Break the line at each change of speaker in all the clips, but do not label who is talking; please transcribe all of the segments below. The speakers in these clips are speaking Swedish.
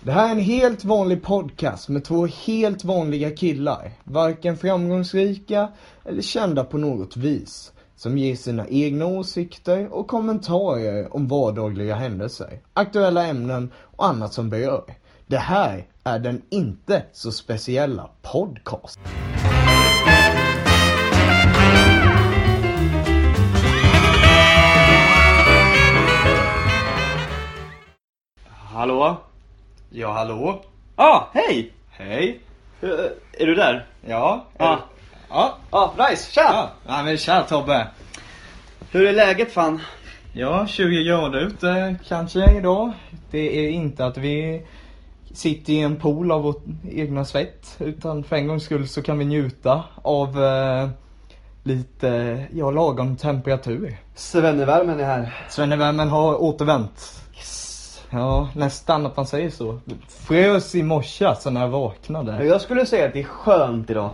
Det här är en helt vanlig podcast med två helt vanliga killar. Varken framgångsrika eller kända på något vis. Som ger sina egna åsikter och kommentarer om vardagliga händelser, aktuella ämnen och annat som berör. Det här är den inte så speciella podcast.
Hallå?
Ja, hallå?
Ah, hej!
Hej?
Eh, är du där?
Ja?
Ja.
Ja?
Ah, Rice, tja!
Ja, ja men tja Tobbe!
Hur är läget fan?
Ja, 20 grader ute kanske idag. Det är inte att vi sitter i en pool av vårt egna svett. Utan för en gångs skull så kan vi njuta av eh, lite, ja lagom temperatur.
Svennevärmen är här.
Svennevärmen har återvänt.
Yes.
Ja, nästan att man säger så. Frös i morse alltså när jag vaknade.
Jag skulle säga att det är skönt idag.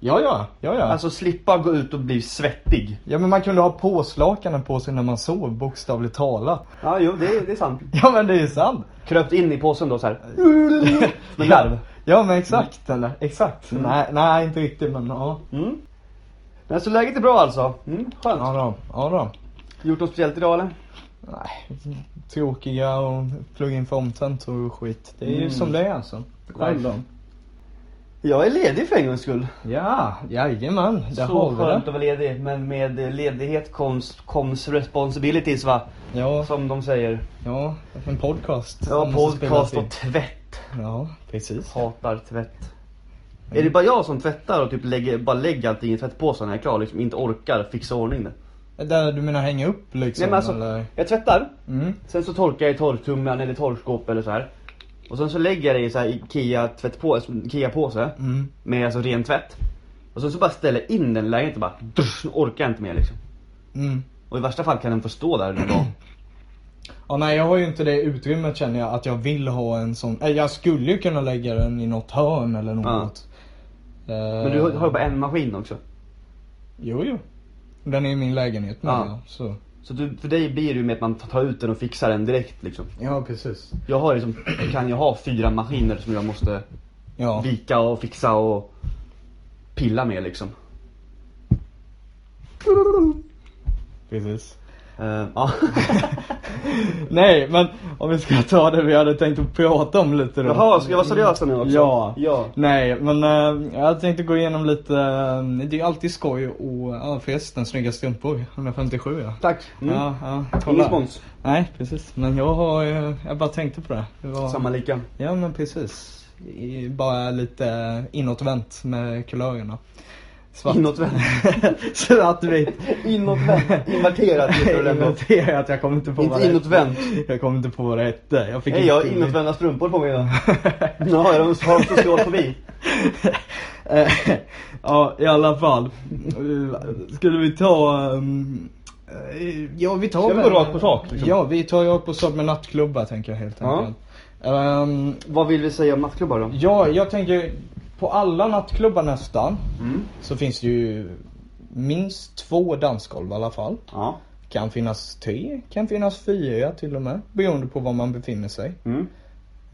Ja, ja, ja, ja.
Alltså slippa gå ut och bli svettig.
Ja men man kunde ha påslakanen på sig när man sov, bokstavligt talat.
Ja, jo det, är- det är sant.
Ja men det är ju sant!
Kröpt in i påsen då så här. Med
Ja.
larv.
Ja men exakt eller, exakt. Nej, nej inte riktigt men ja.
Mm. Men så läget är bra alltså? Mm, skönt.
Ja då, ja då.
Gjort något speciellt idag eller?
Nej, tråkiga och plugga in för omtentor och skit. Det är ju
Mm.
som det är alltså.
Själv då? Jag är ledig för en gångs skull.
Ja, jajamän. Där
så
har vi
skönt
det.
att vara ledig. Men med ledighet comes, comes responsibilities va?
Ja,
Som de säger.
ja, en podcast. som
Ja,
måste spelas
podcast
in.
och tvätt.
Ja, precis.
Hatar tvätt. Är det bara jag som tvättar och typ lägger, bara lägger allting i tvättpåsen när jag är klar? Liksom inte orkar fixa ordning det.
Där du menar hänga upp liksom?
Nej men alltså,
eller?
jag tvättar.
Mm.
Sen så torkar jag i torktumlaren eller torrskåp eller så här. Och sen så lägger jag det i så här IKEA tvättpåse, IKEA påse.
Mm.
Med alltså ren tvätt. Och sen så bara ställer jag in den i lägenheten bara. Drusch, orkar inte mer liksom.
Mm.
Och i värsta fall kan den få stå där en dag.
Ja, nej, jag har ju inte det utrymmet känner jag att jag vill ha en sån. Eh, Jag skulle ju kunna lägga den i något hörn eller något.
Men du har har ju bara en maskin också.
Jo, jo. Den är i min lägenhet nu
Ja.
ja. Så.
Så du, för dig blir det ju med att man tar ut den och fixar den direkt liksom.
Ja, precis.
Jag har liksom, kan ju ha fyra maskiner som jag måste
Ja.
vika och fixa och pilla med liksom.
Precis.
Eh, ja.
Nej, men om vi ska ta det vi hade tänkt att prata om lite då.
Jaha, ska jag vara seriös nu också?
Ja.
ja.
Nej, men eh, jag tänkte gå igenom lite. eh, det är ju alltid skoj och ja, förresten, snygga strumpor. 157 ja.
Tack. Mm.
Ja, ja.
Ingen
kolla.
spons.
Nej, precis. Men jag har, eh, jag bara tänkte på det. det var...
Samma lika.
Ja men precis. I- Bara lite inåtvänt med kulörerna. Svart.
Inåtvänt.
Svartvitt.
Inåtvänt. Inverterat heter det ändå.
Inverterat, jag kommer inte på
Inte
vad det
inåtvänt.
hette. Jag kommer inte på vad det hette. Jag fick
Hej, jag har
inte-
inåtvända strumpor på mig idag. Ja, jag har en social fobi.
Eh, ja, i alla fall. Eh, Skulle vi ta... ehm, eh, Ja, vi tar
Ska vi
väl-
gå rakt på sak, liksom?
Ja, vi tar rakt på sak med nattklubbar tänker jag helt
Ja.
enkelt. Ehm,
Vad vill vi säga om nattklubbar då?
ja, jag tänker på alla nattklubbar nästan
Mm.
så finns det ju minst två dansgolv i alla fall.
Ja.
Kan finnas tre, kan finnas fyra till och med. Beroende på var man befinner sig.
Mm.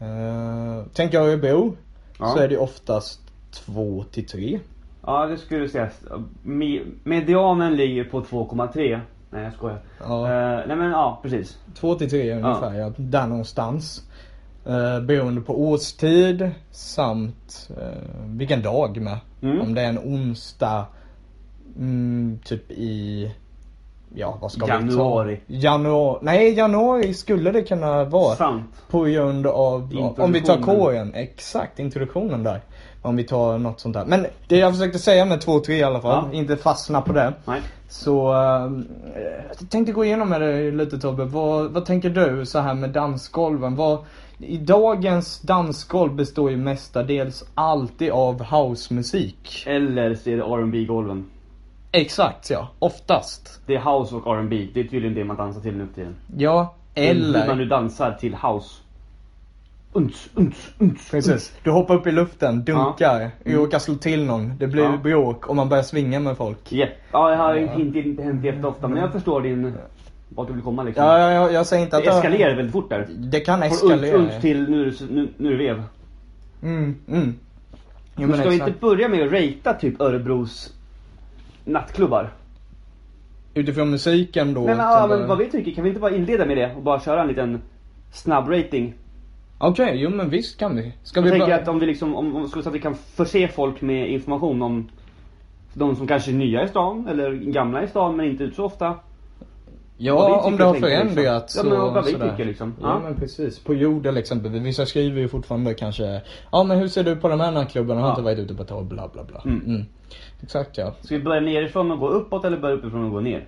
Uh, tänker jag Örebro
Ja.
så är det oftast två till tre.
Ja, det skulle du säga. Me- Medianen ligger på 2,3. Nej, jag skojar.
Ja.
Eh, nej, men ja, precis.
Två till tre ungefär, ja. där någonstans. Uh, beroende på årstid samt eh, vilken dag med.
Mm.
Om det är en onsdag mm, typ i Ja, vad ska
Januari.
vi ta? Januari. Nej, januari skulle det kunna vara.
Sant.
På grund av, om vi tar
Introduktionen.
kåren, exakt introduktionen där. Om vi tar något sånt där. Men det jag försökte säga med 2-3 i alla fall,
Ja.
inte fastna på det.
Nej.
Så, eh, jag tänkte gå igenom med dig lite Tobbe. Vad, vad tänker du så här med dansgolven? Vad, I dagens dansgolv består ju mestadels alltid av housemusik.
Eller så är det rb golven
Exakt ja, oftast.
Det är house och R&B. Det är tydligen det man dansar till nu för tiden.
Ja,
Mm, Hur man
eller...
nu dansar till house. Unts, unts, unts.
Precis. Du hoppar upp i luften, dunkar,
Mm.
råkar slå till någon. Det blir
Ja.
bråk och man börjar svinga med folk.
Yeah. Ja, jag har inte, inte, inte hänt jätteofta men jag förstår din... Vart du vill komma liksom.
Mm. Ja, ja, ja, jag säger inte att...
det eskalerar väldigt fort där.
Det kan
Från uns,
eskalera.
uns till nu, är det- nu, nu är det vev.
Mm, mm. Jo,
Men ska vi
exakt.
inte börja med att ratea typ Örebros nattklubbar?
Utifrån musiken då?
Men, ja,
till-
men vad vi tycker, kan vi inte bara inleda med det och bara köra en liten snabb rating?
Okej, jo men visst kan vi. Ska
Jag
vi
tänker
bara...
att om vi liksom, om, om, så att vi kan förse folk med information om de som kanske är nya i stan eller gamla i stan men inte ut så ofta. vad vi
Ja, om
tycker,
det har
tänker jag, liksom.
förändrats
Ja, men
och
vad vi
sådär.
tycker, liksom.
Ja,
Ja.
men precis. På jorden exempelvis. Vissa skriver ju fortfarande kanske Ja men hur ser du på de här nattklubbarna? Har
Ja.
inte varit ute på ett tag? Bla bla bla.
Mm.
Exakt ja.
Ska vi börja nerifrån och gå uppåt eller börja uppifrån och gå ner?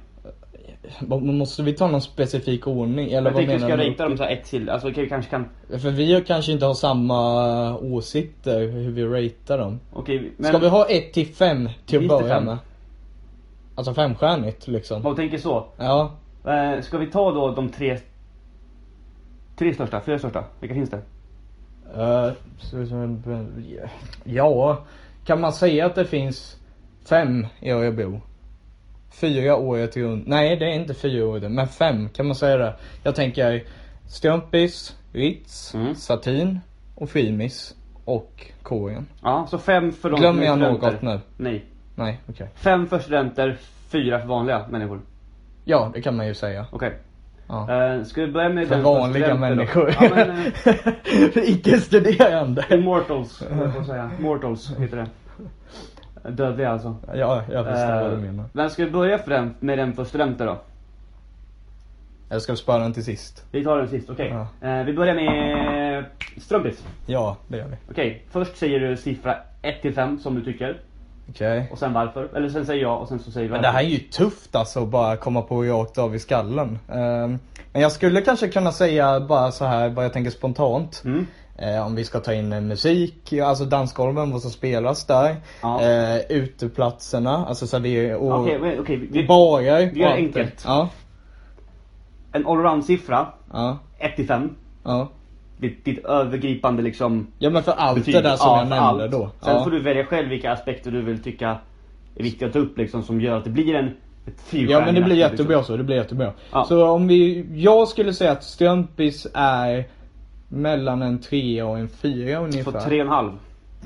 Vad- men Måste vi ta någon specifik ordning? Eller
Jag
vad
tänker vi
menar
ska
du?
ratea dem så här ett till, alltså okej, vi kanske kan,
För vi kanske inte har samma åsikter hur vi ratear dem.
okej men
Ska vi ha 1 till 5 till att
Minst till
börja
fem.
med? Alltså femstjärnigt liksom.
om vi tänker så.
Ja.
Eh, ska vi ta då de tre, tre största, fyra största, vilka finns det?
Eh, så- så- Ja, kan man säga att det finns fem i Örebro? Fyra året runt. Nej, det är inte fyra året men fem. Kan man säga det? Jag tänker Strumpis, Ritz,
Mm.
Satin och Frimis och Kåren.
Ja, så fem för de
Glömmer
som är
jag
studenter.
något nu?
Nej.
Nej, okej.
Fem för studenter, fyra för vanliga människor.
Ja, det kan man ju säga.
Okej.
Ja.
Eh, ska vi börja med
För
den som är
vanliga
studenter då?
människor.
Ja, men, eh,
För icke-studerande.
Immortals, höll jag på att säga. Mortals heter det. Dödliga alltså.
Ja, jag förstår vad du
Eh,
menar.
Men ska vi börja för den, med den för studenter då?
Jag ska spara den till sist.
Vi tar den sist, okej.
Ja.
Eh, vi börjar med Strömbis.
Ja, det gör vi.
Okej, först säger du siffra 1 till 5 som du tycker.
Okej.
Och sen varför. Eller sen säger jag och sen så säger vi
Men det här är ju tufft alltså att bara komma på rakt av i skallen. Ehm, Men jag skulle kanske kunna säga bara så här vad jag tänker spontant.
Mm.
Eh, Om vi ska ta in eh, musik, ja, alltså dansgolven, vad som spelas där.
Ja.
Eh, Uteplatserna, alltså så det är och
Okej, men- okej. vi-
barer.
vi gör
och
det
allt
enkelt.
Ja,
En allround-siffra,
ja,
1 till 5.
ja.
Ditt, ditt övergripande liksom
Ja men för allt det där som
ja,
jag
för
nämnde
allt.
då.
Sen
ja.
får du välja själv vilka aspekter du vill tycka är viktiga att ta upp liksom, som gör att det blir en ett fyrstjärnigt
Ja men det blir
nattliv,
jättebra
Liksom.
så, det blir jättebra.
Ja.
Så om vi, jag skulle säga att Strömpis är mellan en trea och en fyra ungefär.
På tre och en halv.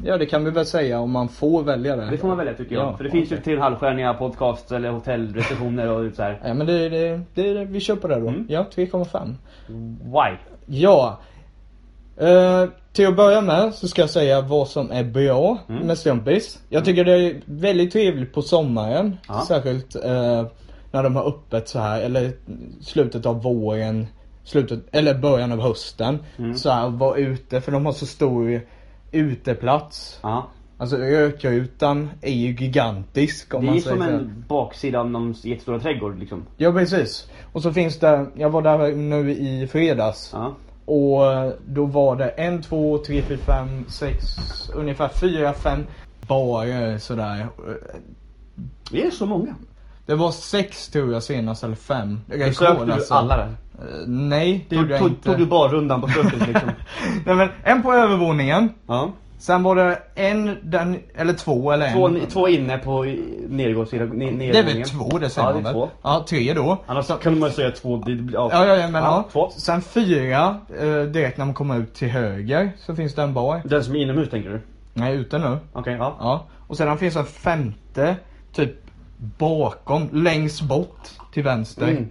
Ja det kan vi väl säga om man får välja det.
Det får man välja tycker jag.
Ja,
För det finns
okej.
ju tre och en halvstjärniga podcasts eller hotellrecensioner och typ så här.
Ja men det, det, det, det vi kör på det då.
Mm.
Ja, 3,5.
Why?
Ja. Eh, till att börja med så ska jag säga vad som är bra
Mm.
med Strumpis. Jag tycker det är väldigt trevligt på sommaren.
Ja.
Särskilt eh, när de har öppet så här eller slutet av våren, slutet, eller början av hösten.
Mm.
Så här vara ute för de har så stor uteplats.
Ja.
Alltså rökrutan är ju gigantisk om
Det är
man säger
som
så.
en baksida av någons jättestora trädgård liksom.
Ja precis. Och så finns det, jag var där nu i fredags.
Ja.
Och eh, då var det en, två, tre, fyra, fem, sex, ungefär fyra, fem barer sådär.
Vi är så många.
Det var sex tror jag senast, eller fem.
Besökte du alla där?
Eh, Nej, det
Tog,
gjorde jag
tog,
inte.
tog du barrundan på frukost liksom?
Nej men en på övervåningen.
ja.
Sen var det en, den, eller två eller
två,
en.
två inne på nedergångssidan.
Det är väl två det säger
Ja, det
man väl?
är två.
Ja, tre då.
Annars kan man säga två. Det blir,
Ja, ja, ja men ja.
Två.
Sen fyra, eh, direkt när man kommer ut till höger så finns det en bar.
Den som är inomhus tänker du?
Nej, ute nu.
Okej, ja.
Ja. Och sedan finns en femte, typ bakom, längst bort till vänster.
Mm.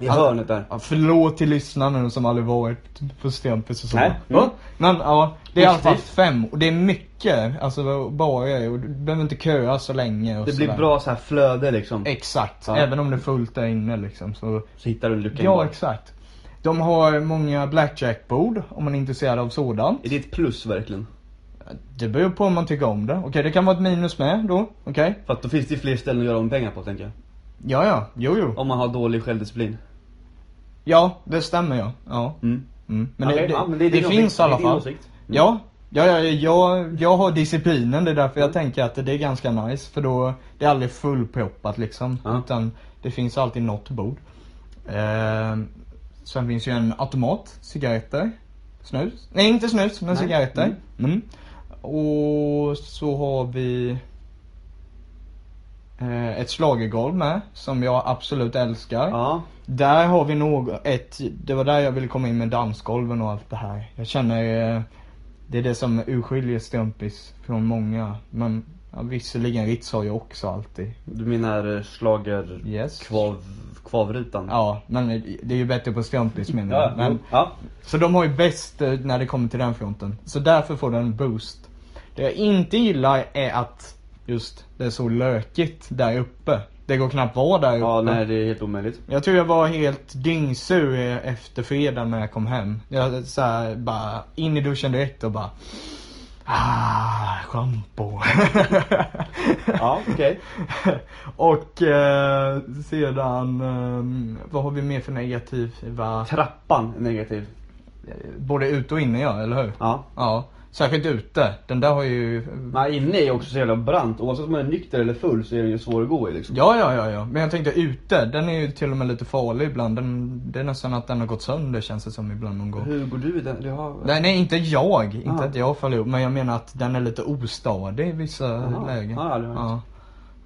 I hörnet där.
Ja, förlåt till lyssnarna nu som aldrig varit på Strömpis och så.
Nej.
Va?
Mm.
Men ja, det är i alla fall
Positivt.
fem och det är mycket. Alltså bara och du behöver inte köa så länge och
Det blir
sådär.
bra så här flöde liksom.
Exakt,
Ja.
även om det är fullt där inne liksom. Så
Så hittar du en lucka
Ja,
ja,
exakt. De har många blackjack-bord om man är intresserad av sådant.
Är det ett plus verkligen?
Det beror på om man tycker om det. Okej, det kan vara ett minus med då. Okej?
För att då finns det ju fler ställen att göra om pengar på tänker jag.
Ja, ja. Jo, jo.
Om man har dålig självdisciplin.
Ja, det stämmer ja. Ja.
Mm.
Mm. Men
Okej,
det, det,
ja, men
det,
är din
finns
åsikt.
i alla
Det är din
fall.
åsikt.
Ja. Ja, ja, ja, jag, jag har disciplinen. Det är därför
Mm.
jag tänker att det är ganska nice. För då, det är aldrig fullproppat liksom.
Ja.
Utan det finns alltid något bord. Eh, sen finns ju en automat, cigaretter, snus. Nej, inte snus, men
Nej.
cigaretter.
Mm.
Mm. Och så har vi... eh, ett schlagergolv med, som jag absolut älskar.
Ja.
Där har vi något, ett, det var där jag ville komma in med dansgolven och allt det här. Jag känner, eh, det är det som urskiljer Strumpis från många. Men ja, visserligen Ritz har ju också alltid.
Du menar eh, slager
Yes.
kvav, kvavrutan?
Ja, Mm. men det är ju bättre på Strumpis menar
Ja,
jag. Men,
ja.
så de har ju bäst eh, när det kommer till den fronten. Så därför får den en boost. Det jag inte gillar är att just det är så lökigt där uppe. Det går knappt vara där uppe.
ja, nej det är helt omöjligt.
Jag tror jag var helt dyngsur efter fredagen när jag kom hem. Jag så här, bara in i duschen direkt och bara Ah, schampo.
Ja, okej.
och eh, sedan, eh, vad har vi mer för negativa?
Trappan är negativ.
Både ute och inne ja, eller hur?
Ja.
Ja. Särskilt ute. Den där har ju...
Men inne är också så jävla brant. Oavsett om man är nykter eller full så är den ju svår att gå i liksom.
Ja, ja, ja, ja. Men jag tänkte ute, den är ju till och med lite farlig ibland. Den, det är nästan att den har gått sönder känns det som ibland någon gång.
Hur går du i den? Du har...
Nej, nej inte jag. Inte
Ah.
att jag faller ihop. Men jag menar att den är lite ostadig i vissa
Jaha.
lägen.
Ja, Ah. det har jag inte.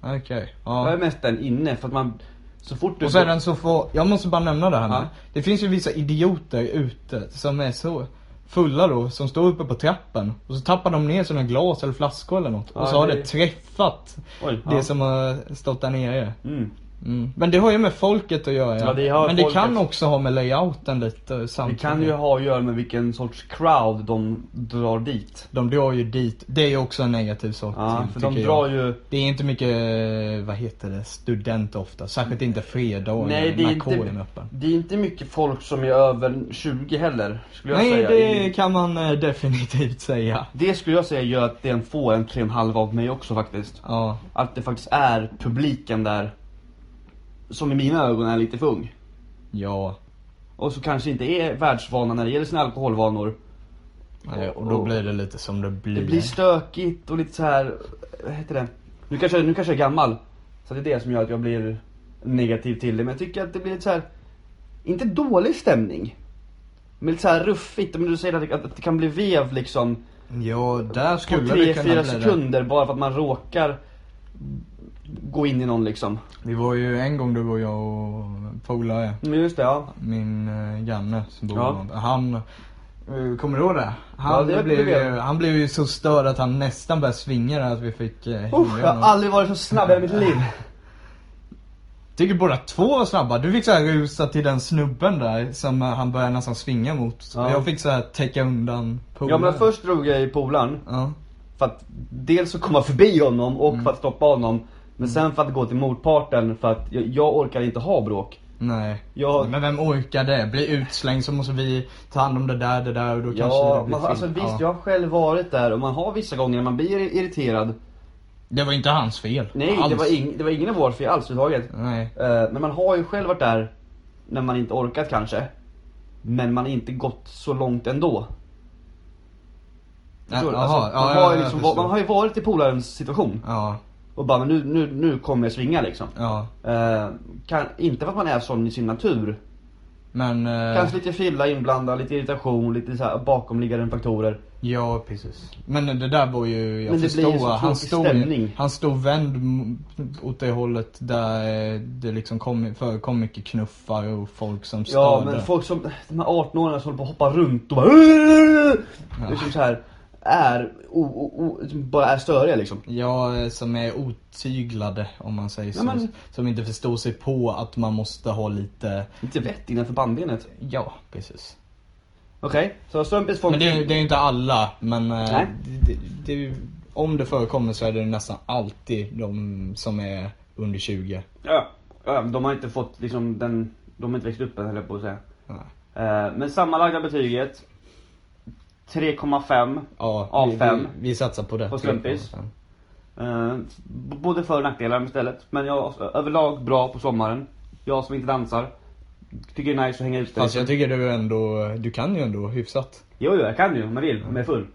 ja. Okej.
Jag
Ja.
är mest den inne för att man... Så fort du... Ah.
Och så är den så få... Jag måste bara nämna det här
Ja.
med. Det finns ju vissa idioter ute som är så fulla då, som står uppe på trappen. Och så tappar de ner sina glas eller flaskor eller något.
Ja,
och så har
Ah, det- Ah.
det träffat
Oj,
det
ja.
som har stått där nere.
Mm.
Mm. Men det har ju med folket att göra.
Ja, det har
Men det
folket.
kan också ha med layouten lite eh,
Det
samtidigt.
kan ju ha att göra med vilken sorts crowd de drar dit.
De drar ju dit. Det är ju också en negativ sak
Ja,
till,
Ah, för
tycker
de
jag.
drar ju...
Det är inte mycket, eh, vad heter det, student ofta. Särskilt inte fredagar
Nej, det är
när kåren är
inte,
öppen.
det är inte mycket folk som är över 20 heller, skulle jag
Nej,
säga.
det kan man eh, definitivt säga.
Det skulle jag säga gör att den får en 3,5 av mig också faktiskt.
Ja,
Att det faktiskt är publiken där, som i mina ögon är lite för ung.
ja.
Och så kanske inte är världsvana när det gäller sina alkoholvanor.
Eh, Och då blir det lite som det blir.
Det blir stökigt och lite så här. vad heter det? Nu kanske, nu kanske jag är gammal. Så det är det som gör att jag blir negativ till det. Men jag tycker att det blir lite så här. inte dålig stämning. Men lite så här ruffigt. Men du säger att det, att det kan bli vev liksom.
Ja, där
På
skulle det kunna bli
3-4
det.
sekunder bara för att man råkar gå in i någon liksom.
Det var ju en gång du och jag och polare,
Men just det, ja.
min eh, granne som bor
Ja.
ja. Han, eh, kommer du ihåg det? Han,
Ja, det
blev
blev
ju, han blev ju så störd att han nästan började svinga där att vi fick eh, hindra
Usch, jag
honom.
har aldrig varit så snabb i hela mitt liv.
Tycker båda två var snabba. Du fick så här rusa till den snubben där som eh, han började nästan svinga mot.
Ja.
Jag fick så här täcka undan
Ja
polaren.
men först drog jag i polaren.
Ja.
För att dels så komma förbi honom och
Mm.
för att stoppa honom. Men sen för att gå till motparten för att jag, jag orkar inte ha bråk.
Nej.
Jag,
Men vem orkar det? Bli utslängd så måste vi ta hand om det där, det där och då kanske det
ja,
där blir
man,
fel.
alltså visst
ja.
jag har själv varit där och man har vissa gånger när man blir irriterad.
Det var inte hans fel.
Nej
alls.
det var, ing, det var ingen av vår fel alls överhuvudtaget.
Nej.
Eh, Men man har ju själv varit där när man inte orkat kanske. Men man har inte gått så långt ändå.
Ja,
Förstår du?
jaha,
Alltså,
ja,
man,
ja,
har ju
jag
liksom,
förstår.
man har ju varit i polarens situation
Ja,
och bara men nu, nu, nu kommer jag svinga liksom.
ja.
Eh, kan, inte för att man är sån i sin natur.
Men, eh,
Kanske lite fylla inblandad, lite irritation, lite så här bakomliggande faktorer.
ja precis. Men det där var ju, jag
Men det blir ju
förstår.
så
Han
tråkig
stod, ju-
stämning.
han stod vänd m- åt det hållet där eh, det liksom kom, förekom mycket knuffar och folk som störde.
Ja men folk som, de här 18-åringarna som håller på att hoppa runt och bara ja. Liksom så här är, o, o, o, bara är störiga liksom.
Ja, eh, som är otyglade om man säger så.
Ja, men-
Som inte förstår sig på att man måste ha lite,
Lite vett innanför bandbenet.
ja precis.
Okej, så strumpis får
Men det, är- det är ju inte alla, men eh,
Nej.
det, det, är ju- om det förekommer så är det nästan alltid de som är under 20.
Ja, ja, de har inte fått liksom den, de har inte växt upp än höll jag på att säga.
Ja.
Eh, Men sammanlagda betyget 3,5
Ja,
Av
vi,
fem.
Vi, vi satsar på det.
På slumpvis. Eh, b- Både för och nackdelar istället. Men jag överlag bra på sommaren. Jag som inte dansar. Tycker det är nice att hänga ute.
Fast Alltså, jag tycker du ändå, du kan ju ändå hyfsat.
Jo, jo, jag kan ju om jag vill. Om jag är full.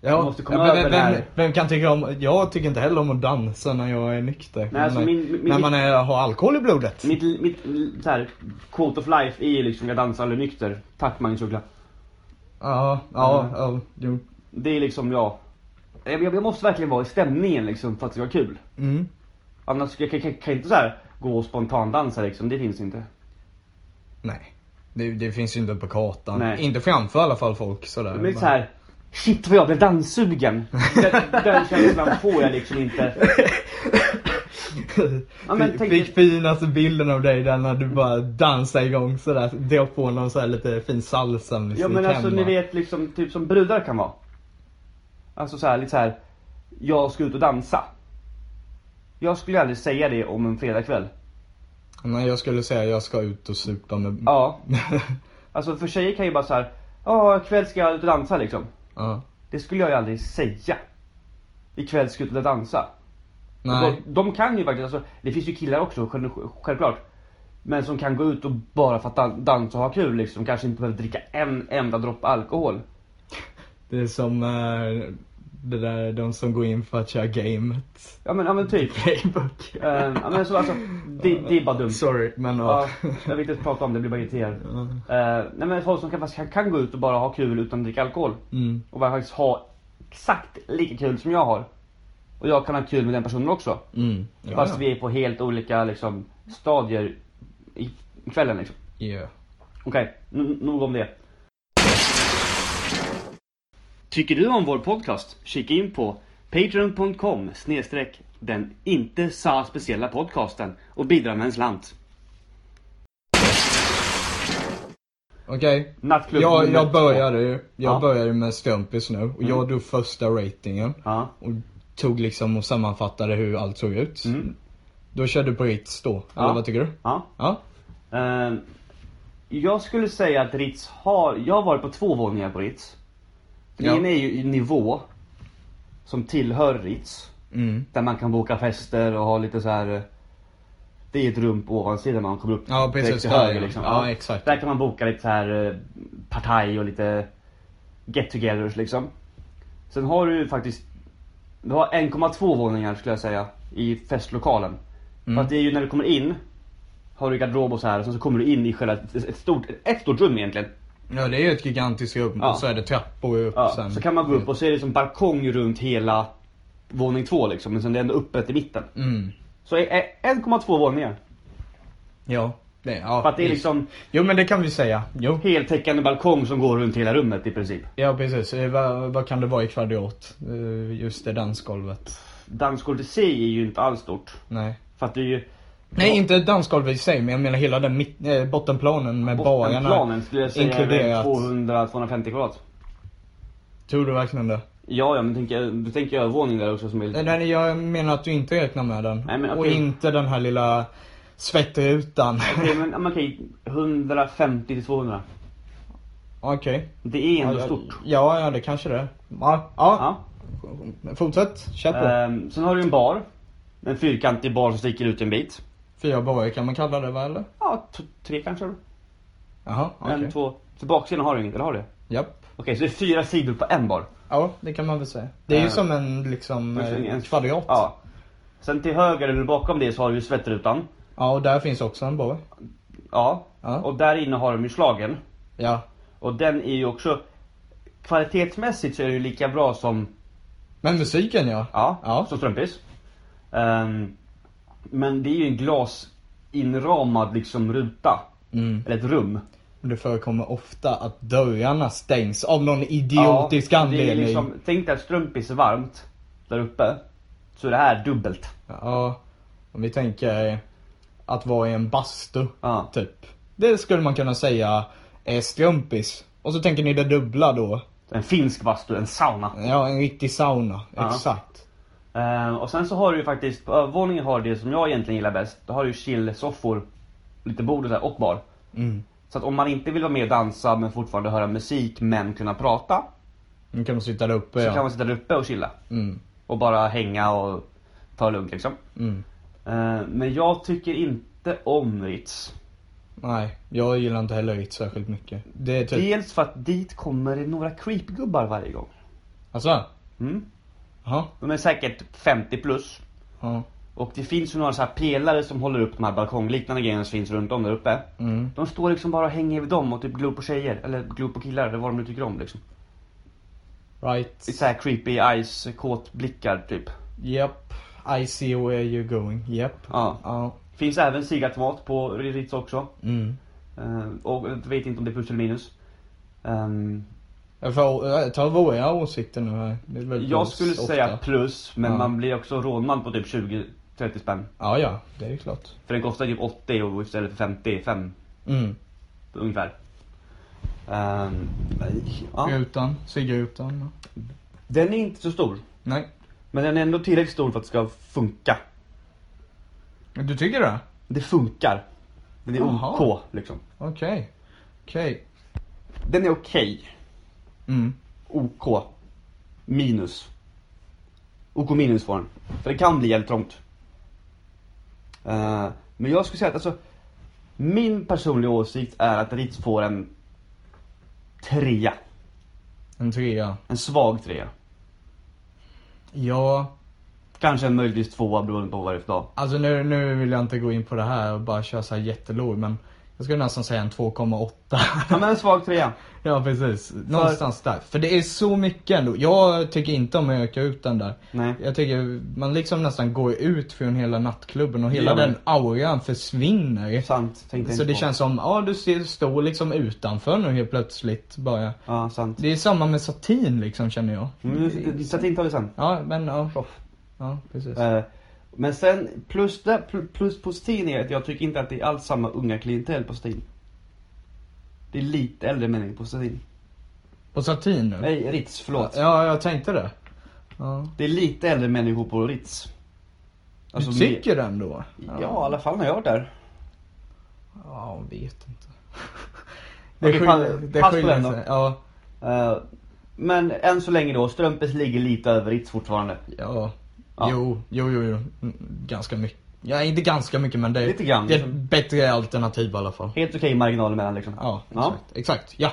Ja,
måste komma
men
över det
vem, vem,
här.
vem kan tycka om, jag tycker inte heller om att dansa när jag är nykter.
Nej, alltså
Men-
min- min-
när man är, har alkohol i blodet.
Mitt, mitt så här, quote of life är ju liksom jag dansar eller nykter. Tack Magnus Uggla.
Ja, ja,
Mm.
ja, jo.
Det är liksom jag. Jag, jag måste verkligen vara i stämningen liksom för att det ska vara kul.
Mm.
Annars kan jag kan, kan inte så här gå och spontandansa liksom, det finns inte.
Nej. Det, det finns ju inte på kartan.
Nej.
Inte framför i alla fall folk sådär.
Men det är så här, shit vad jag blev danssugen. Den, den känslan får jag liksom inte. Ja, men
Fi-
tänk-
Fick finaste bilden av dig där när du bara dansade igång sådär. Drar på någon såhär lite fin salsa musik
Ja men alltså
hemma.
ni vet liksom, typ som brudar kan vara. Alltså så här, lite så här. jag ska ut och dansa. Jag skulle aldrig säga det om en fredagkväll.
Nej jag skulle säga jag ska ut och supa med...
Ja. Alltså för tjejer kan ju bara så här. ja ikväll ska jag ut och dansa liksom.
ja.
Det skulle jag ju aldrig säga. Ikväll ska jag ut och dansa.
Nej.
De, de kan ju faktiskt, alltså, det finns ju killar också själv- självklart. Men som kan gå ut och bara för att dan- dansa och ha kul liksom. Kanske inte behöver dricka en enda droppe alkohol.
Det är som eh, det där, de som går in för att köra gamet.
Ja men, ja, men typ.
Playbook.
Eh, ja, men så, alltså, det, det är bara dumt.
Sorry men
Ja,
ja.
jag vill inte prata om det, jag blir bara irriterad.
Ja.
Eh, nej men folk som kan, faktiskt kan, kan gå ut och bara ha kul utan att dricka alkohol.
Mm.
Och faktiskt ha exakt lika kul som jag har. Och jag kan ha kul med den personen också.
Mm. Ja,
fast
ja.
vi är på helt olika liksom, stadier i, i kvällen liksom.
Ja.
Okej, n- nog om det. Tycker du om vår podcast? Kika in på patreon.com snedstreck den inte sa speciella podcasten och bidra med en slant.
Okej.
Nattklubb
Jag,
nummer
jag
två.
började ju. Jag
Ja. Mm.
började med Stumpis nu. Och jag drog första ratingen.
Ja.
Och tog liksom och sammanfattade hur allt såg ut. Då körde du på Ritz då, eller
Mm. Ja.
vad tycker du?
ja.
Ja.
Ehm, jag skulle säga att Ritz har... Jag har varit på två våningar på Ritz. Den
Ja.
ena är ju i nivå som tillhör Ritz.
Mm.
Där man kan boka fester och ha lite så här. eh, Det är ett rum på ovansidan man kommer upp
Ja, precis.
direkt till
Där,
höger
ja.
liksom.
Ja, exakt.
Där kan man boka lite så här eh, partaj och lite get togethers liksom. Sen har du ju faktiskt du har 1,2 våningar skulle jag säga i festlokalen.
Mm.
För att det är ju när du kommer in har du garderob och så här och sen så kommer du in i själva ett, ett, stort, ett stort rum egentligen.
Ja det är ju ett gigantiskt rum
Ja.
och så är det trappor upp
Ja,
sen.
så kan man gå upp och så är det som balkong runt hela våning två liksom. Men sen det är ändå öppet i mitten.
Mm.
Så eh, 1,2 våningar.
Ja. Det, ja.
För att det är
visst.
liksom
Jo men det kan vi säga. Jo.
heltäckande balkong som går runt hela rummet i princip.
Ja precis. Eh, Vad, vad kan det vara i kvadrat? Eh, Just det dansgolvet.
Dansgolvet i sig är ju inte alls stort.
Nej.
För att det är ju
Nej inte dansgolvet i sig men jag menar hela den mitt, eh, bottenplanen med barerna.
bottenplanen skulle jag säga
inkluderat.
är 200-250 kvadrat.
Tror du verkligen det? Eh,
Ja, ja men tänker, du tänker övervåning där också som är
Nej,
lite...
Nej, jag menar att du inte räknar med den.
Nej, men
och
okej.
inte den här lilla svettrutan.
Okej, men, ja, men okej. 150 till 200.
Okej.
Det är
Ja,
ändå
ja,
stort.
Ja, ja, det kanske det är. Ja, ja.
Ja.
Fortsätt, kör på.
Ehm, sen har du en bar. En fyrkantig bar som sticker ut en bit.
Fyra barer kan man kalla det va, eller?
Ja, t- tre kanske.
Jaha, okej.
En, två. Så baksidan har du inget, eller har du det?
Japp.
Okej, så det är fyra sidor på en bar.
Ja, det kan man väl säga. Det är ju
Eh,
som en liksom
en-
eh,
en-
kvadrat.
Ja. Sen till höger eller bakom det så har du ju svettrutan.
Ja, och där finns också en bar.
Ja.
Ja.
Och där inne har de ju slagen.
Ja.
Och den är ju också... Kvalitetsmässigt så är det ju lika bra som...
Men musiken ja.
Ja,
Ja.
som strumpis. Ehm, men det är ju en glasinramad liksom ruta.
Mm.
Eller ett rum.
Det förekommer ofta att dörrarna stängs av någon idiotisk
Ja, det är
anledning.
liksom- tänk dig att strumpis är varmt där uppe. Så är det här dubbelt.
Ja, om vi tänker att vara i en bastu,
Ja.
typ. Det skulle man kunna säga är strumpis. Och så tänker ni det dubbla då.
En finsk bastu, en sauna.
Ja, en riktig sauna.
Ja.
Exakt.
Ehm, och sen så har du ju faktiskt, på övervåningen har du det som jag egentligen gillar bäst. Då har du ju chill-soffor, lite bord och, så här, och bar.
Mm.
Så att om man inte vill vara med och dansa men fortfarande höra musik men kunna prata.
Nu kan man sitta där uppe
Så
ja.
kan man sitta där uppe och chilla.
Mm.
Och bara hänga och ta det lugnt liksom.
Mm.
Ehm, men jag tycker inte om Ritz.
Nej, jag gillar inte heller Ritz särskilt mycket. Det är typ...
Dels för att dit kommer det några creepgubbar varje gång.
Alltså?
Mm.
Jaha.
De är säkert 50 plus.
Ja.
Och det finns ju några så här pelare som håller upp de här balkongliknande grejerna som finns runt om där uppe.
Mm.
De står liksom bara och hänger vid dem och typ glor på tjejer, eller glor på killar, eller vad de nu tycker om liksom.
Right.
Lite såhär creepy eyes, kåt blickar typ.
Japp. I see where you're going, yep.
Ja.
Ja.
Finns även sigatomat på Ritz också.
Mm.
Eh, och jag vet inte om det är plus eller minus. Ehm,
Jag får, jag tar våra åsikter nu här. Det är väl
jag
plus
skulle
ofta.
säga plus, men
Ja.
man blir också rånad på typ 20-30 spänn.
Ja, ja. Det är ju klart.
För den kostar typ 80 och istället för 55
Mm.
ungefär. Ehm, ja.
Rutan. Cigarutan.
Den är inte så stor.
Nej.
Men den är ändå tillräckligt stor för att det ska funka.
Du tycker det?
Det funkar. Den är
Jaha.
OK liksom.
Okej. Okej.
Den är okej.
Mm.
OK. Minus. OK minus får den. För det kan bli jävligt trångt. Eh, men jag skulle säga att alltså, min personliga åsikt är att Ritz får en trea.
En trea.
En svag trea.
Ja.
Kanske en möjligtvis tvåa beroende på vad det är för dag.
Alltså nu, nu vill jag inte gå in på det här och bara köra så här jättelåg men jag skulle nästan säga en 2,8.
Ja men en svag trea.
Ja precis, någonstans där. För det är så mycket ändå. Jag tycker inte om att öka ut den där.
Nej.
Jag tycker man liksom nästan går ut från hela nattklubben och hela
Ja.
den auran försvinner.
Sant. Tänkte jag
Så det
inte på.
känns som, ja du ser- står liksom utanför nu helt plötsligt bara.
Ja, sant.
Det är samma med satin liksom känner jag.
Mm, Sätt in tar vi sen.
Ja men ja.
Proff.
Ja precis.
Eh, Men sen, plus, där, pl- plus på Steen är att jag tycker inte att det är alls samma unga klientell på Steen. Det är lite äldre människor på Steen.
Och satin nu.
Nej, Ritz, förlåt.
Ja jag tänkte det. Ja.
Det är lite äldre människor på Ritz.
du
mer-
tycker den då?
Alltså, Ja, i alla fall när jag var där.
Ja, jag vet inte.
Okej,
skiljer-
pa- pass på den då.
sig. Ja,
Eh, Men än så länge då, Strömpes ligger lite över Ritz fortfarande.
ja.
Ja.
Jo, jo, jo, jo. Mm, Ganska mycket. Ja, inte ganska mycket men det är,
Lite grann,
det är ett
liksom.
bättre alternativ i alla fall.
Helt okej marginal emellan liksom.
Ja,
Ja.
exakt. Exakt, ja.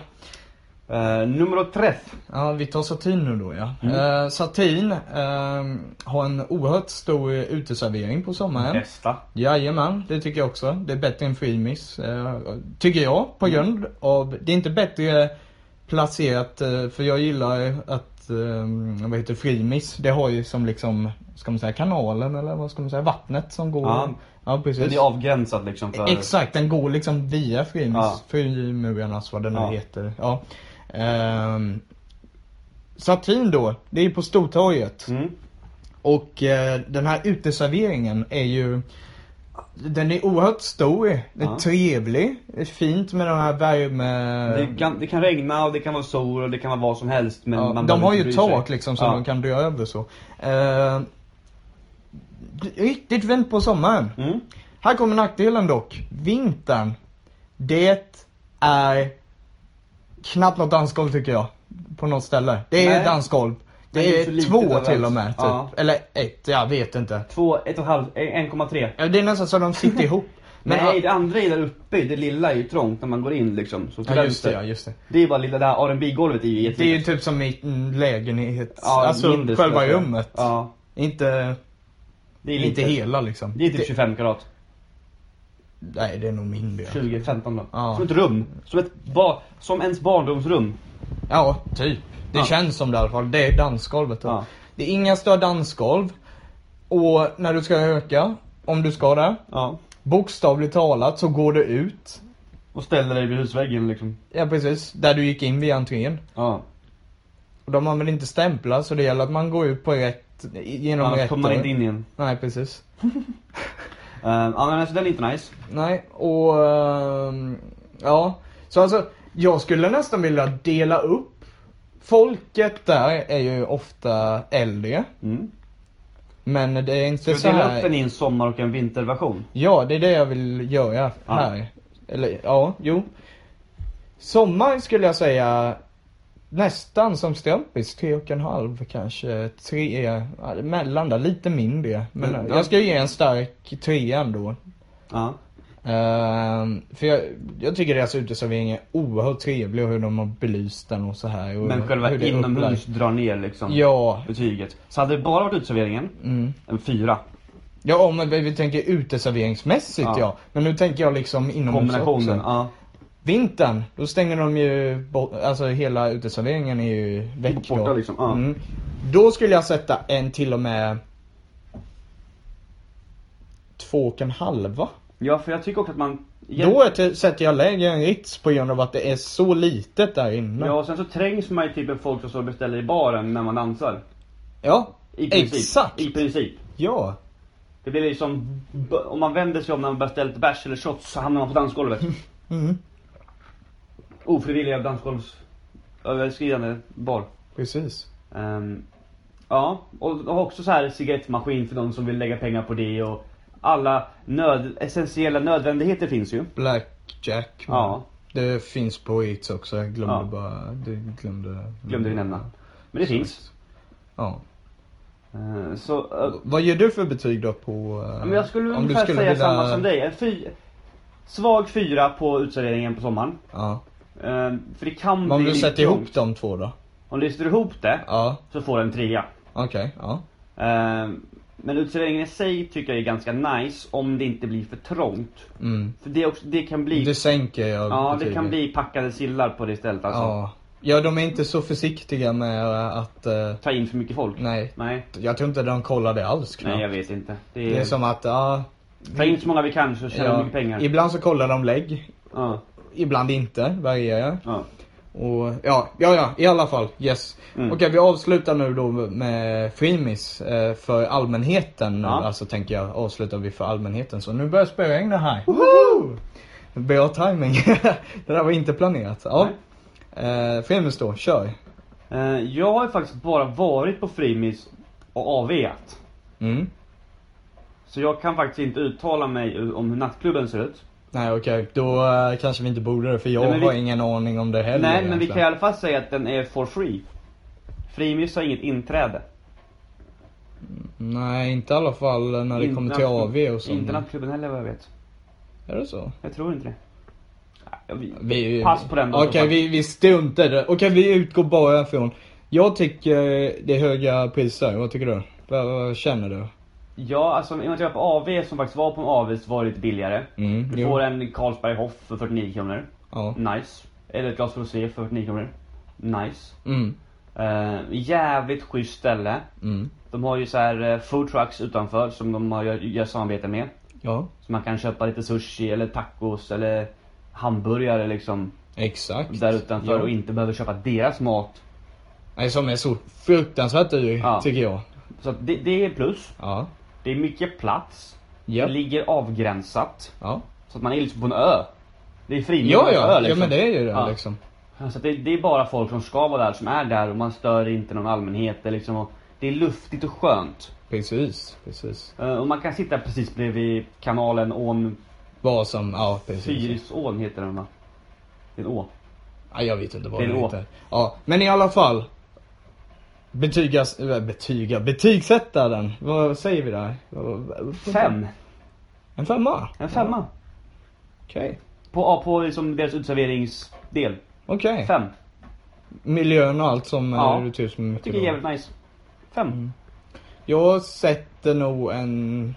Eh, nummer träff.
Ja, vi tar Satin nu då ja.
Mm.
Eh, satin ehm, har en oerhört stor eh, uteservering på sommaren.
Bästa.
Jajamän, det tycker jag också. Det är bättre än Freemiss. Eh, tycker jag, på
Mm.
grund av... Det är inte bättre eh, placerat, eh, för jag gillar att, eh, vad heter det, Freemiss, det har ju som liksom, ska man säga kanalen eller vad ska man säga, vattnet som går...
Ja.
ja
Den
precis.
är avgränsad liksom för...
Exakt, den går liksom via Frimis,
Ja.
Frimurarnas vad den nu
Ja.
heter. Ja. Ehm, Satin då, det är på Stortorget.
Mm.
Och eh, den här uteserveringen är ju den är oerhört stor, den är
Ja.
trevlig, det är fint med de här värme...
Det kan, det kan regna och det kan vara sol och det kan vara vad som helst men
ja,
man
de
behöver
har
inte
ju
bry sig.
tak liksom som
Ja.
de kan dra över så. Eh, riktigt fint på sommaren.
Mm.
Här kommer nackdelen dock. Vintern. Det är knappt något dansgolv tycker jag. På något ställe. Det är
Nej.
dansgolv. Det,
Men det är så
är,
litet
två
överallt.
till och med. Typ.
Ja.
Eller ett, jag vet inte.
Två, ett och ett halvt, eh, 1,3.
Ja, Det är nästan så de sitter ihop.
Nej,
ja,
det andra är där uppe, det lilla är ju trångt när man går in liksom. Så till
ja, just
vänster.
det, ja, just det.
Det är bara lilla, det här R&B-golvet är ju
Det är ju
jättelitet.
typ som i en lägenhet.
Ja, mindre
alltså
skulle
själva
jag säga.
rummet.
Ja,
Inte,
det är
inte
litet.
hela liksom.
Det är typ 25 karat.
nej, det är nog mindre.
20, 15 då.
Ja.
Som ett rum. Som, ett ba- som ens barndomsrum.
Ja, typ. Det
Ja.
känns som det i alla fall. Det är dansgolvet då.
Ja.
Det är inga stora dansgolv. Och när du ska öka, om du ska det,
Ja.
bokstavligt talat så går du ut.
Och ställer dig vid husväggen liksom.
Ja precis, där du gick in via entrén.
Ja.
Och de använder inte stämplar så det gäller att man går ut på rätt, i- genom
Annars
rätt
kommer man
dörr.
inte in igen.
Nej precis.
Uh, ja, men alltså den är inte nice.
Nej, och ehm, ja. Så alltså, jag skulle nästan vilja dela upp. Folket där är ju ofta äldre.
Mm.
Men det är inte
Ska vi
så här...
dela upp den i en sommar och en vinterversion?
Ja, det är det jag vill göra
Ja.
här. Eller, ja, jo. Sommar skulle jag säga nästan som strumpis, tre och en halv kanske, tre, ja, mellan där, lite mindre. Men
Mm, ja.
jag ska ge en stark trea ändå.
Ja.
Ehm, för jag, jag tycker deras uteservering är oerhört trevlig och hur de har belyst den och så här. Och
Men själva
hur det är
inomhus
upplagt.
drar ner liksom
Ja.
betyget. Så hade det bara varit uteserveringen,
Mm.
en fyra.
Ja, om vi vi tänker uteserveringsmässigt
Ja.
ja. Men nu tänker jag liksom inomhus också.
Kombinationen, ja.
Vintern, då stänger de ju bort, alltså hela uteserveringen är ju väck
Borta
då.
liksom, ja.
Då skulle jag sätta en till och med två och en halva.
Ja, för jag tycker också att man...
Då är det- sätter jag lägre än Ritz på grund av att det är så litet där inne.
Ja, och sen så trängs man ju typ med folk som står och beställer i baren när man dansar.
Ja,
I princip.
Exakt.
I princip.
ja.
Det blir liksom, b- om man vänder sig om när man beställt bärs eller shots så hamnar man på dansgolvet.
Mm.
Ofrivilliga dansgolvsöverskridande bar.
Precis.
Ehm, ja, och och också så här cigarettmaskin för de som vill lägga pengar på det och alla nöd, essentiella nödvändigheter finns ju.
Blackjack.
Ja.
Det finns på Ritz också. Jag glömde
Ja.
bara. Det glömde.
Glömde vi nämna. Men det finns.
Ja.
Ehm, så, eh,
Vad ger du för betyg då på... eh,
men jag skulle
om du
ungefär säga
vilja-
samma som dig. En fy, svag fyra på utserveringen på sommaren.
Ja.
Ehm, för det kan
Men om
bli
du
lite
sätter ihop
trångt.
de två då?
Om du sätter ihop det
Ja.
så får du en trea.
Okej. Ja.
Ehm, Men utserveringen i sig tycker jag är ganska nice om det inte blir för trångt.
Mm.
För det, är också, det kan bli
Det sänker jag
Ja, det
betyget.
kan bli packade sillar på det istället alltså.
Ja. Ja, de är inte så försiktiga med eh, att... eh,
Ta in för mycket folk.
nej.
Nej,
Jag tror inte de kollar det alls knappt.
Nej, jag vet inte. Det är,
Det är som att, ja...
Ta in så många vi kan så tjänar
ja,
vi mycket pengar.
Ibland så kollar de lägg.
Ja,
Ibland inte. Varierar.
ja.
Och ja, ja, ja, i alla fall. Yes.
Mm.
Okej, vi avslutar nu då med Frimis eh, för allmänheten. Nu.
Ja.
Alltså tänker jag avslutar vi för allmänheten. Så nu börjar det spöregna här. Bra timing. det där var inte planerat. Ja. Eh, Frimis då, kör.
Eh, Jag har ju faktiskt bara varit på Frimis och AVat.
Mm.
Så jag kan faktiskt inte uttala mig om hur nattklubben ser ut.
Nej okej, då eh, kanske vi inte borde det för jag
Nej, men vi-
har ingen aning om det heller
Nej, men vi kan i
egentligen.
alla fall säga att den är for free. Frimis har inget inträde.
Nej, inte i alla fall när det kommer till AV och sånt.
Inte nattklubben heller vad jag vet.
Är det så?
Jag tror inte det. Nej, jag vet-
Vi,
Pass på den då,
Okej,
så fall.
vi, vi struntar i det. Okej, vi utgår bara från. Jag tycker det är höga priser. Vad tycker du? Vad, vad känner du?
Ja, alltså om man tittar på AV som faktiskt var på en AV så var det lite billigare.
Mm,
Du
jo.
får en Carlsberg Hoff för 49 kronor.
Ja.
Nice. Eller ett glas rosé för 49 kronor. Nice.
Mm.
Eh, jävligt schysst ställe.
Mm.
De har ju så här eh, food trucks utanför som de har, gör, gör samarbete med.
Ja,
Så man kan köpa lite sushi eller tacos eller hamburgare liksom
exakt.
där utanför
Ja.
och inte behöver köpa deras mat.
Nej, som är så fruktansvärt dyr,
Ja.
tycker jag.
Så att det, det är plus.
Ja.
Det är mycket plats.
Ja.
Det ligger avgränsat.
Ja.
Så att man är liksom på en ö. Det är frimärken
Ja,
på en ö
ja. ja,
liksom.
men det är ju det
Ja.
liksom.
Ja, Så att det, det är bara folk som ska vara där som är där och man stör inte någon allmänhet. Det är Liksom, och det är luftigt och skönt.
Precis, precis.
Eh, Och man kan sitta precis bredvid kanalen, ån,
Vad som, ja precis.
Fyrisån heter den va? Det är en å.
Ja, jag vet inte vad
Det
det
är en å.
heter. Ja, men i alla fall. Betygas, äh, betyga, betygsätta den. Vad säger vi där?
Fem!
En femma?
En femma.
Okej.
På, ja, på liksom deras utserveringsdel.
Okej.
Fem.
Miljön och allt som
Ja.
ja. du tusen
Jag tycker det är jävligt nice. Fem.
Mm. Jag sätter nog en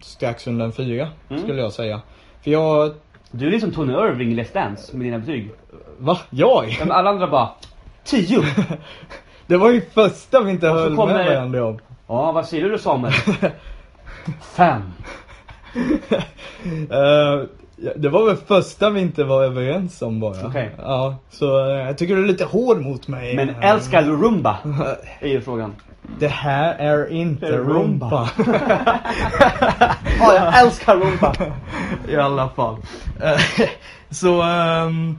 strax under en fyra,
Mm.
skulle jag säga. För jag...
Du är liksom Tony Irving i Let's Dance med dina betyg.
Va? Jag?
Ja, men alla andra bara tio.
Det var ju första vi inte
så
höll
kommer-
med varandra om.
Ja, vad säger du då Samuel? Fem.
Eh, ja, det var väl första vi inte var överens om bara.
Okej.
Ja, så eh, jag tycker du är lite hård mot mig. Eh,
Men älskar du rumba? Är ju frågan.
Det här är inte rumpa.
Ja, jag älskar rumba.
I alla fall. Eh, så, ehm,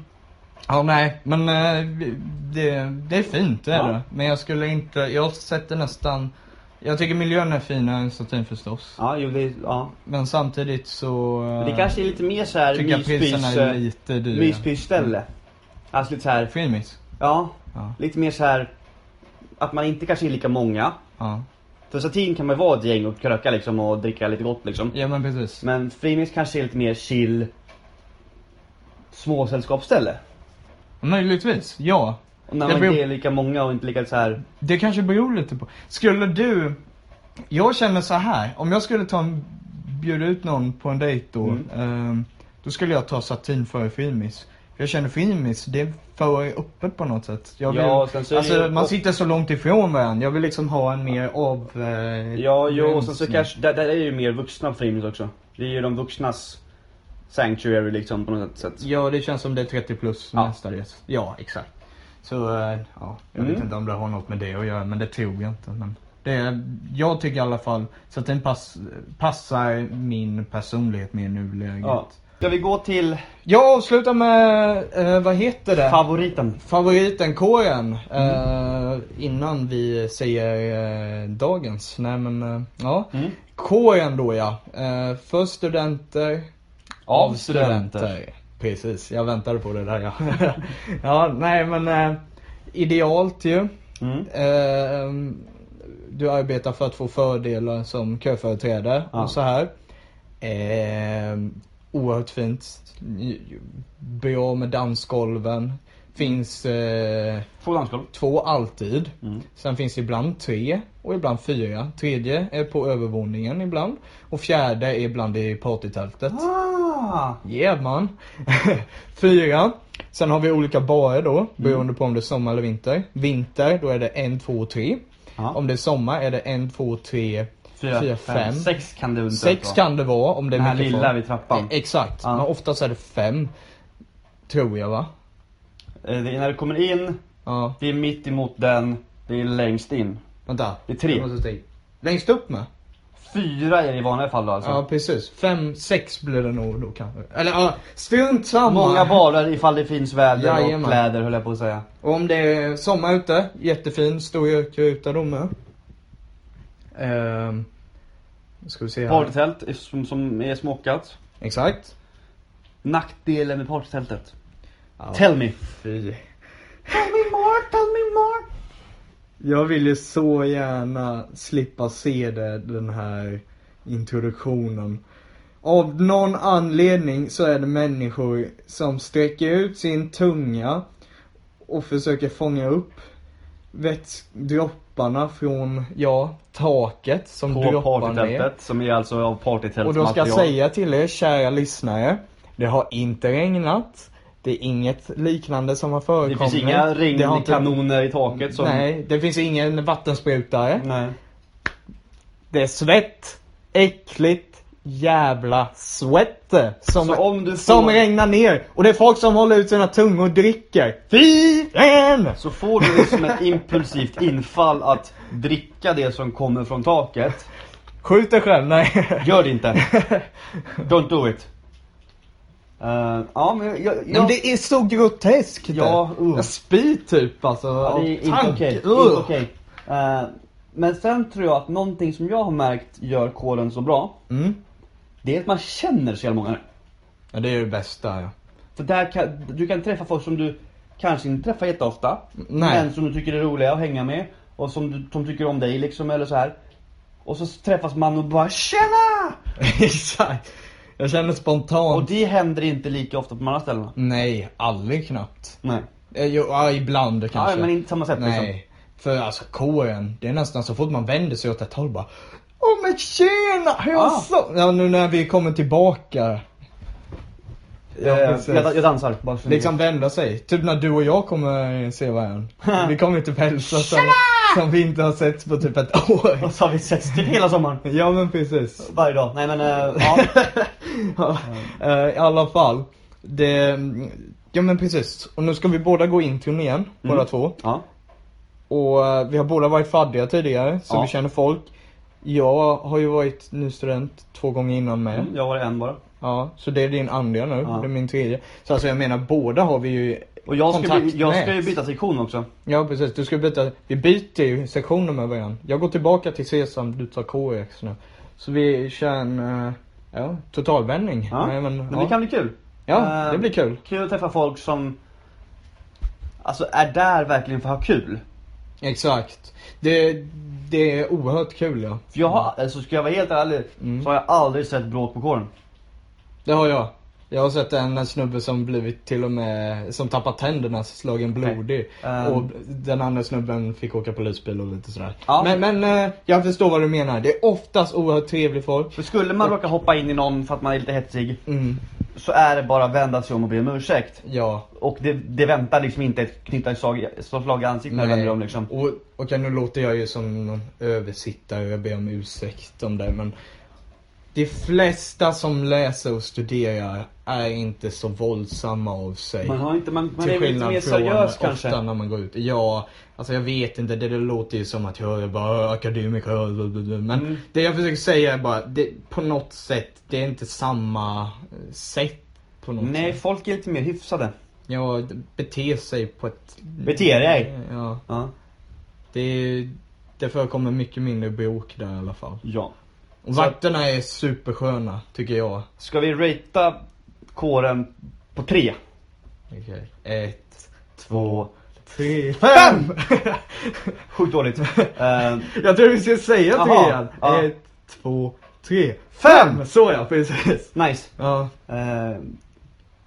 ja nej, men eh, vi- det, det är fint det är
Ja.
det. Men jag skulle inte, jag sätter nästan, jag tycker miljön är finare än statin förstås.
Ja, jo, det, ja.
Men samtidigt så eh,
det kanske är lite mer så här
tycker jag priserna är
myspys-
lite dyra.
myspysställe. Alltså lite så här,
Frimis?
ja,
Ja.
lite mer så här att man inte kanske är lika många.
Ja.
För satin kan man vara ett gäng och kröka liksom och dricka lite gott liksom.
Ja men precis.
Men Frimis kanske är lite mer chill småsällskapsställe.
Möjligtvis, ja.
Och när
Det
man
beror-
inte är lika många och inte lika så här.
Det kanske beror lite på. Skulle du... Jag känner så här. Om jag skulle ta en, bjuda ut någon på en dejt då.
Mm.
ehm, då skulle jag ta satin före frimis. För Jag känner frimis, det är för öppet på något sätt. Jag vill,
Ja, sen så är det
alltså
ju-
man sitter så långt ifrån varandra. Jag vill liksom ha en mer av... Eh,
Ja, jo, och sen så
gränsning.
Mm. kanske, där, där är ju mer vuxna på Frimis också. Det är ju de vuxnas sanctuary liksom på något sätt.
Ja, det känns som det är 30 plus
Ja.
mestadels. Ja, exakt. Så eh, ja, jag vet
Mm.
inte om det har något med det att göra, men det tror jag inte. Men det är, jag tycker i alla fall så att den pass, passar min personlighet mer i nuläget.
Ja. Ska vi gå till
Jag avslutar med, eh, vad heter det?
favoriten?
Favoriten kåren eh, innan vi säger eh, dagens. Nej men eh, ja.
Mm.
Kåren då ja. Eh, för studenter.
Av studenter.
Precis, jag väntade på det där ja. ja nej men eh, idealt ju.
Mm.
Eh, du arbetar för att få fördelar som köföreträdare
Ja.
och så här. Eh, oerhört fint. Bra med dansgolven. Finns eh,
Två dansgolv.
två alltid.
Mm.
Sen finns det ibland tre och ibland fyra. Tredje är på övervåningen ibland. Och fjärde är ibland i partytältet.
Ah.
Yeah man. Fyra. Sen har vi olika barer
Mm.
då beroende på om det är sommar eller vinter. Vinter då är det en, två, tre.
Ja.
Om det är sommar är det en, två, tre,
Fyra,
fyra,
fem,
fem.
sex kan det inte
Sex kan det vara om det är
Den här
mycket
lilla
folk.
vid trappan.
E- Exakt,
Ja.
men oftast är det fem. Tror jag va?
Eh, Det är när du kommer in,
Ja,
det är mitt emot den, det är längst in.
vänta.
Det är tre.
Jag måste se. Längst upp med?
Fyra är det i vanliga fall då alltså.
Ja precis. Fem, sex blir det nog då kanske. Eller ja, strunt samma.
Många barer ifall det finns väder och
Jajamän.
kläder höll jag på att säga.
Och om det är sommar ute, jättefin stor ökruta då med. Ehm, ska vi se här.
Partytält är- som, som är smockat.
Exakt.
Nackdelen med partytältet?
Ja.
Tell me.
Fy.
Tell me more, tell me more.
Jag vill ju så gärna slippa se det, den här introduktionen. Av någon anledning så är det människor som sträcker ut sin tunga och försöker fånga upp väts- dropparna från, ja, taket som
På
droppar ner.
partytältet som är alltså av
Och då
partytältsmaterial.
ska jag säga till er kära lyssnare, det har inte regnat. Det är inget liknande som har
Det
förekommit.
finns
Det
inga
har inte-
regnkanoner i taket som...
Nej, det finns ingen vattensprutare.
Nej.
Det är svett. Äckligt jävla svette som,
Så om du får-
som regnar ner. Och det är folk som håller ut sina tungor och dricker. Fy fan!
Så får du liksom ett impulsivt infall att dricka det som kommer från taket.
Skjut dig själv, nej.
Gör det inte. Don't do it. Eh, ja men jag... jag,
Nej, men det är så groteskt.
Ja, uh.
Jag spyr typ alltså.
Ja,
av
det är inte
tanke.
okej. Det är
Ugh.
inte okej. Eh, men sen tror jag att någonting som jag har märkt gör kåren så bra,
Mm.
det är att man känner så jävla många.
Ja, det är det bästa ja.
För där kan, du kan träffa folk som du kanske inte träffar jätteofta,
nej.
men som du tycker är roliga att hänga med och som, du, som tycker om dig liksom eller så här. Och så träffas man och bara tjena!
Exakt. Jag känner spontant.
Och det händer inte lika ofta på de andra ställena.
Nej, aldrig knappt.
Nej.
Eh, Jo, ja, ibland kanske.
Ja, men inte samma sätt
Nej.
liksom.
För alltså kåren, det är nästan så fort man vänder sig åt ett håll bara Åh men tjena! Hur
Ah. Mm.
så? Ja nu när vi kommer tillbaka. Ja,
Eh,
precis.
jag, jag dansar. Bara så ni
Liksom vända sig. Typ när du och jag kommer se varandra. vi kommer typ hälsa som, som vi inte har sett på typ ett
vet.
år.
Och så har vi setts typ hela sommaren.
Ja men precis.
Varje dag. Nej men eh, ja.
Ja, eh, I alla fall. Det, ja men precis. Och nu ska vi båda gå in turnén,
Mm.
båda två.
ja.
Och eh, vi har båda varit faddiga tidigare, så
Ja.
vi känner folk. Jag har ju varit ny student två gånger innan med.
Mm, Jag var en bara.
Ja, så det är din andra nu,
Ja.
det är min tredje. Så alltså jag menar, båda har vi ju
Och jag ska,
kontakt
by- jag ska
med.
ju byta sektion också.
Ja precis, du ska byta. Vi byter ju sektioner med varandra. Jag går tillbaka till Sesam, du tar KX nu. Så vi kör en, eh, ja, totalvändning.
Ja.
Nej, men,
men
ja.
det kan bli kul.
ja,
Eh,
det blir kul.
Kul att träffa folk som Alltså är där verkligen för att ha kul.
Exakt. Det, det är oerhört kul ja.
För jag har, alltså ska jag vara helt ärlig,
Mm.
så har jag aldrig sett bråk på kåren.
Det har jag. Jag har sett en snubbe som blivit till och med, som tappat tänderna, slagen blodig.
Ehm.
Och den andra snubben fick åka polisbil och lite sådär.
Ja.
Men, men eh, jag förstår vad du menar. Det är oftast oerhört trevlig folk.
För skulle man råka hoppa in i någon för att man är lite hetsig,
Mm,
så är det bara att vända sig om och be om ursäkt.
ja.
Och det, det väntar liksom inte ett knytnävsslag slag i ansiktet när du
Nej.
vänder om liksom.
Och, och nu låter jag ju som någon översittare, jag ber om ursäkt om det men De flesta som läser och studerar är inte så våldsamma av sig.
Man, har inte, man, man
Till
är lite
skillnad
mer
från
seriös
ofta
kanske.
när man går ut. Ja, alltså jag vet inte. Det, det låter ju som att jag är bara akademiker. ö, ö, ö, ö. Men
Mm.
det jag försöker säga är bara, det, på något sätt, det är inte samma eh, sätt på något
Nej,
sätt.
folk är lite mer hyfsade.
Ja, d- bete sig på ett...
Bete dig.
Ja,
Ja.
det, är- det förekommer mycket mindre bråk där i alla fall.
ja.
Och
Så-
vakterna är supersköna, tycker jag.
Ska vi ratea kåren på tre?
Okej. Ett,
Två,
tre, fem!
Sjukt dåligt. Eh,
jag tror vi ska säga
Jaha,
trean.
ja.
Ett, två, tre,
Fem!
fem! Så ja, precis.
nice.
Ja,
Eh,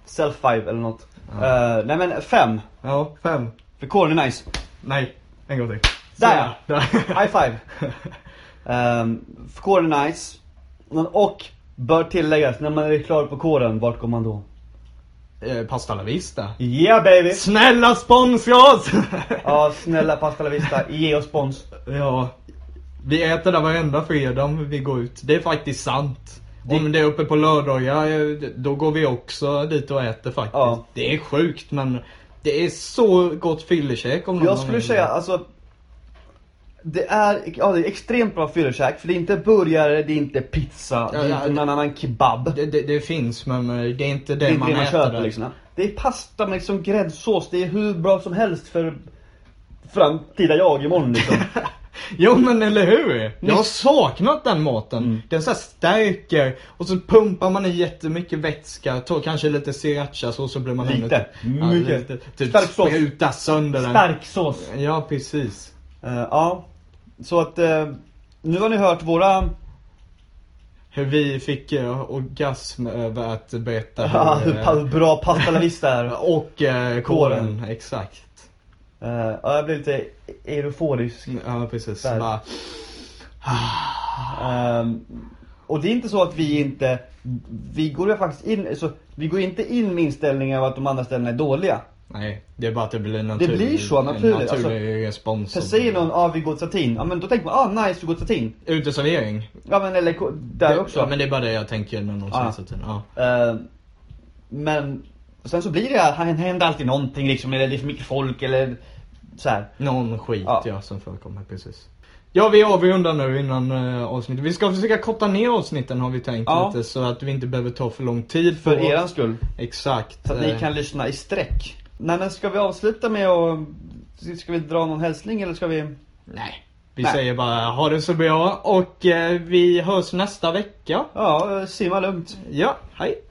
self five eller något.
Ja.
Eh, nej men fem.
ja, fem.
För kåren är nice.
Nej, en gång till. Så,
Där
ja.
High five. Ehm, för kåren är nice. Men- Och bör tilläggas, när man är klar på kåren, vart går man då?
Eh, Pasta la vista.
Yeah baby!
Snälla sponsra oss!
Ja snälla Pasta La Vista, ge oss spons.
Ja, vi äter där varenda fredag om vi går ut. Det är faktiskt sant. Om det är uppe på lördagar, eh, då går vi också dit och äter faktiskt.
Ja.
Det är sjukt men det är så gott fyllekäk om någon
Jag skulle
vill.
säga alltså det är, ja, det är extremt bra fyllekäk, för det är inte burgare, det är inte pizza, det
Ja,
är
ja,
inte
det-
någon annan kebab.
Det, det, det finns men eh, det är inte det,
Det är inte
man
det man
äter
köper
där.
liksom. Det är pasta med liksom gräddsås, det är hur bra som helst för framtida jag imorgon liksom.
Jo men eller hur? Jag har saknat den maten.
Mm.
Den så här stärker och så pumpar man i jättemycket vätska, tar kanske lite srirachasås så, så blir man
Lite.
ännu- typ-
Mycket.
lite. Typ
Stark sås.
spruta sönder den.
Starksås.
Ja precis.
Eh, ja, så att eh, nu har ni hört våra...
Hur vi fick eh, orgasm över att berätta hur,
hur
eh,
pa- bra pasta la vista är. Eh,
Och eh,
Kåren.
kåren, exakt.
ja, jag blev lite euforisk.
Mm, Ja precis.
Där.
Bara,
Ehm, och det är inte så att vi inte, vi går ju faktiskt in, så, vi går inte in med inställningen av att de andra ställena är dåliga.
nej, det är bara att det blir en
Det
naturlig,
blir så
en
naturligt,
naturlig
alltså.
respons.
För säger någon, ah vi går till satin, ja men då tänker man, ah nice vi går till satin.
Uteservering.
Ja men eller ko- där
Det-
också. Ah.
Ja men det är bara det jag tänker när någon
Ja.
säger så. Ja.
Ehm, men sen så blir det, han händer alltid någonting liksom, eller det är för mycket folk eller så här.
Någon skit
Ja.
ja. som förekommer, precis. Ja vi avrundar nu innan eh, avsnittet. Vi ska försöka korta ner avsnitten har vi tänkt
Ja.
lite så att vi inte behöver ta för lång tid
För
på
eran skull.
Exakt.
Så att ni
eh,
kan lyssna i sträck. Nej men ska vi avsluta med att, ska vi dra någon hälsning eller ska vi?
Nej. Vi
Nej.
säger bara ha det så bra och eh, vi hörs nästa vecka.
Ja, simma lugnt.
Ja, hej.